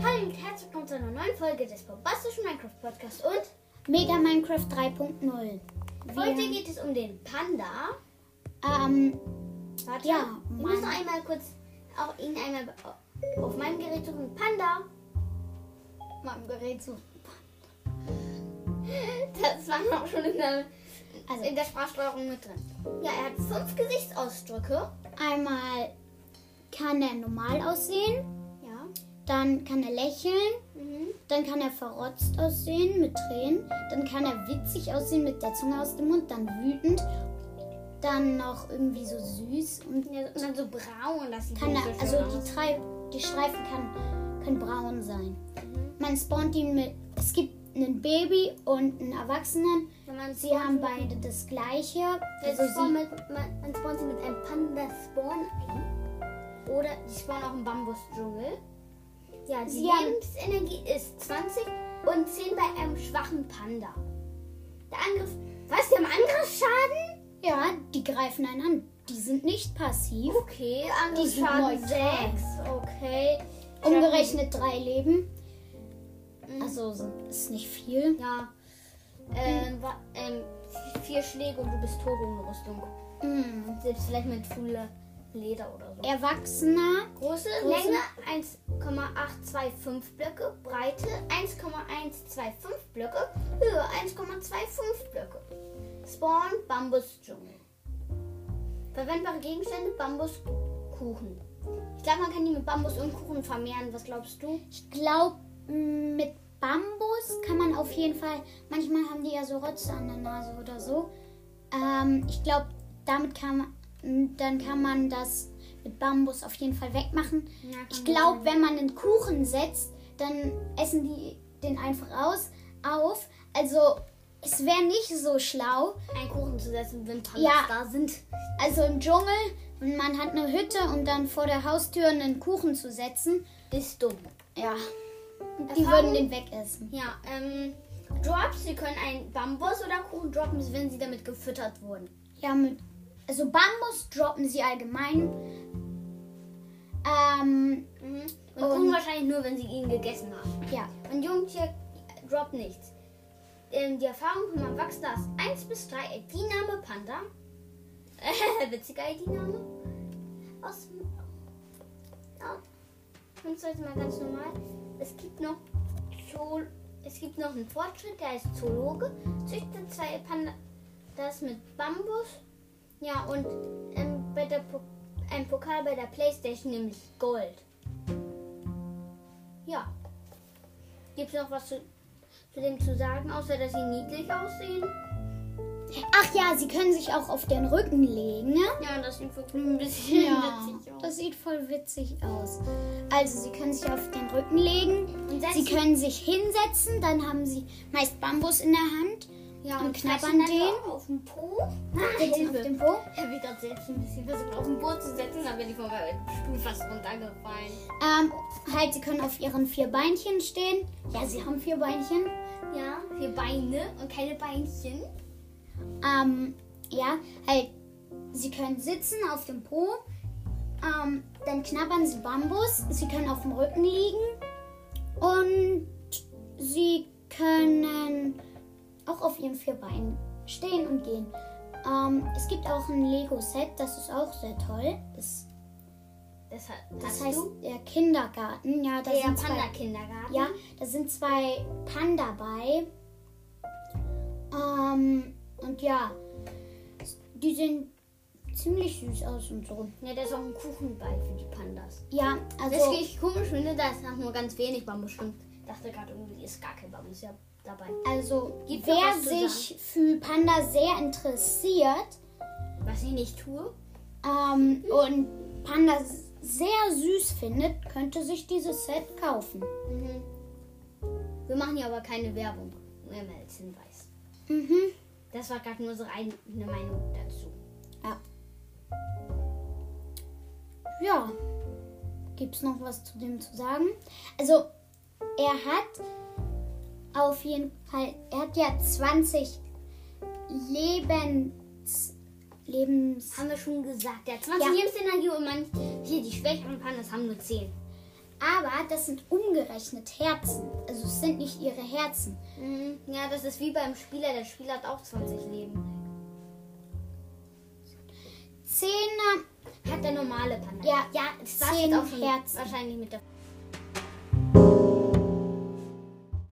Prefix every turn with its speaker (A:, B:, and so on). A: herzlich willkommen zu einer neuen Folge des bombastischen Minecraft Podcasts und
B: Mega Minecraft 3.0.
A: heute
B: Wir-
A: geht es um den Panda.
B: Ähm,
A: Warte,
B: Ja,
A: wir
B: Mann.
A: müssen einmal kurz auch ihn einmal be- auf meinem Gerät suchen. Panda.
B: mein Gerät zu.
A: Das war auch schon in der,
B: Also-
A: in der Sprachsteuerung mit drin. Ja, er hat fünf Gesichtsausdrücke.
B: Einmal kann er normal aussehen,
A: Ja.
B: dann kann er lächeln,
A: Mhm.
B: dann kann er verrotzt aussehen mit Tränen, dann kann er witzig aussehen mit der Zunge aus dem Mund, dann wütend, dann noch irgendwie so süß und
A: Ja, und dann so braun, das sieht
B: kann
A: nicht so
B: er,
A: schön
B: also
A: aus.
B: die, drei, die Streifen kann, können braun sein.
A: Mhm.
B: Man spawnt ihn mit, es gibt einen Baby und einen Erwachsenen.
A: Wenn man
B: Sie haben beide das gleiche.
A: Also
B: Also
A: spawn
B: sie,
A: mit, man, man spawnt sie mit einem Panda-Spawn ein. Oder die spawnen auch im Bambusdschungel. Ja, die
B: Sie haben-
A: Lebensenergie ist 20 und 10 bei einem schwachen Panda. Der Angriff. Was? Die haben Angriffsschaden?
B: ja, die greifen einen an. Die sind nicht passiv.
A: Okay,
B: sind
A: Angriffsschaden
B: neutral.
A: 6. Okay.
B: Umgerechnet drei Leben. Also sind- ist nicht viel.
A: Ja. Ähm, wa- ähm, vier Schläge und du bist tot ohne Rüstung.
B: Mm.
A: Selbst vielleicht mit fuller Leder oder so.
B: Erwachsener,
A: Große Länge 1,825 Blöcke, Breite 1,125 Blöcke, Höhe 1,25 Blöcke. Spawn Bambusdschungel. Verwendbare Gegenstände Bambuskuchen. Ich glaube, man kann die mit Bambus und Kuchen vermehren. Was glaubst du?
B: ich glaube, mit Bambus kann man auf jeden Fall. Manchmal haben die ja so Rotze an der Nase oder so. Ähm, ich glaube, damit kann man. Dann kann man das mit Bambus auf jeden Fall wegmachen.
A: Ja, kann man
B: Ich glaube, wenn man einen Kuchen setzt, dann essen die den einfach aus, auf. Also es wäre nicht so schlau.
A: Einen Kuchen zu setzen, wenn Pandas
B: Ja.
A: da sind.
B: Also im Dschungel, wenn man hat eine Hütte und dann vor der Haustür einen Kuchen zu setzen,
A: Ist dumm.
B: ja, die
A: Erfahrung?
B: würden den wegessen.
A: Ja, ähm, Drops. Sie können einen Bambus oder Kuchen droppen, wenn sie damit gefüttert wurden.
B: Ja, mit, also Bambus droppen sie allgemein. Ähm,
A: Mhm. Und,
B: Und-
A: Kuchen wahrscheinlich nur, wenn sie ihn gegessen haben.
B: ja,
A: Und Jungtier droppt nichts. Ähm, die Erfahrung von Erwachsenen ist 1 bis 3 ID-Name Panda. Witziger ID-Name. Aus dem. Ja. Und so jetzt mal ganz normal. Es gibt noch Zool es gibt noch einen Fortschritt, der heißt Zoologe. Züchtet zwei Pandas mit Bambus. Ja, und ähm, bei der po ein Pokal bei der Playstation, nämlich Gold. Ja. Gibt es noch was zu, zu dem zu sagen, außer dass sie niedlich aussehen?
B: ach ja, sie können sich auch auf den Rücken legen, ne?
A: Ja, Hm, das sieht wirklich ein bisschen
B: Ja,
A: witzig aus.
B: das sieht voll witzig aus. Also sie können sich auf den Rücken legen,
A: Und setzen-
B: sie können sich hinsetzen, dann haben sie meist Bambus in der Hand.
A: ja,
B: und knabbern
A: fressen dann
B: den.
A: auch Auf den Po. Ah,
B: Sitzen auf dem Po.
A: Ich habe mich gerade selbst ein bisschen versucht, auf den Po zu setzen, dann bin ich vom Stuhl fast runtergefallen.
B: Ähm, halt, sie können auf ihren vier Beinchen stehen. Ja, sie haben vier Beinchen.
A: Ja, vier Beine und keine Beinchen.
B: Ähm, ja, halt, sie können sitzen auf dem Po. Ähm, dann knabbern sie Bambus. Sie können auf dem Rücken liegen. Und sie können auch auf ihren vier Beinen stehen und gehen. Ähm, es gibt auch ein Lego-Set, das ist auch sehr toll. Das,
A: Das, hat,
B: das
A: hast
B: heißt
A: du?
B: der Kindergarten. Ja, da
A: Der
B: sind zwei
A: Panda-Kindergarten.
B: Ja, da sind zwei Panda bei. Ähm, und ja, die sehen ziemlich süß aus und so.
A: Ja, da ist auch ein Kuchen bei für die Pandas.
B: Ja,
A: Das ist
B: also
A: wirklich komisch, finde, da ist noch nur ganz wenig Bambus. Stimmt. dachte gerade irgendwie ist gar kein Bambus ja dabei.
B: also
A: Gibt's noch
B: wer
A: was zu sagen?
B: sich für Panda sehr interessiert
A: Was ich nicht tue.
B: ähm, und Panda s- sehr süß findet, könnte sich dieses Set kaufen.
A: Mhm. Wir machen hier aber keine Werbung, nur immer als Hinweis.
B: Mhm.
A: Das war gerade nur so eine Meinung dazu.
B: Ja. Ja. Gibt's noch was zu dem zu sagen? Also, er hat auf jeden Fall, er hat ja 20 Lebens. Lebens.
A: Haben wir schon gesagt. Der hat 20
B: Ja.
A: Lebensenergie und manche, hier die schwächeren Pandas haben nur 10.
B: Aber das sind umgerechnet Herzen. Also es sind nicht ihre Herzen.
A: Mhm. Ja, das ist wie beim Spieler. Der Spieler hat auch 20 Leben.
B: Zehner,
A: Hat der normale Panda.
B: ja, ja,
A: das war's jetzt
B: zehn
A: auch schon
B: Herzen.
A: wahrscheinlich mit der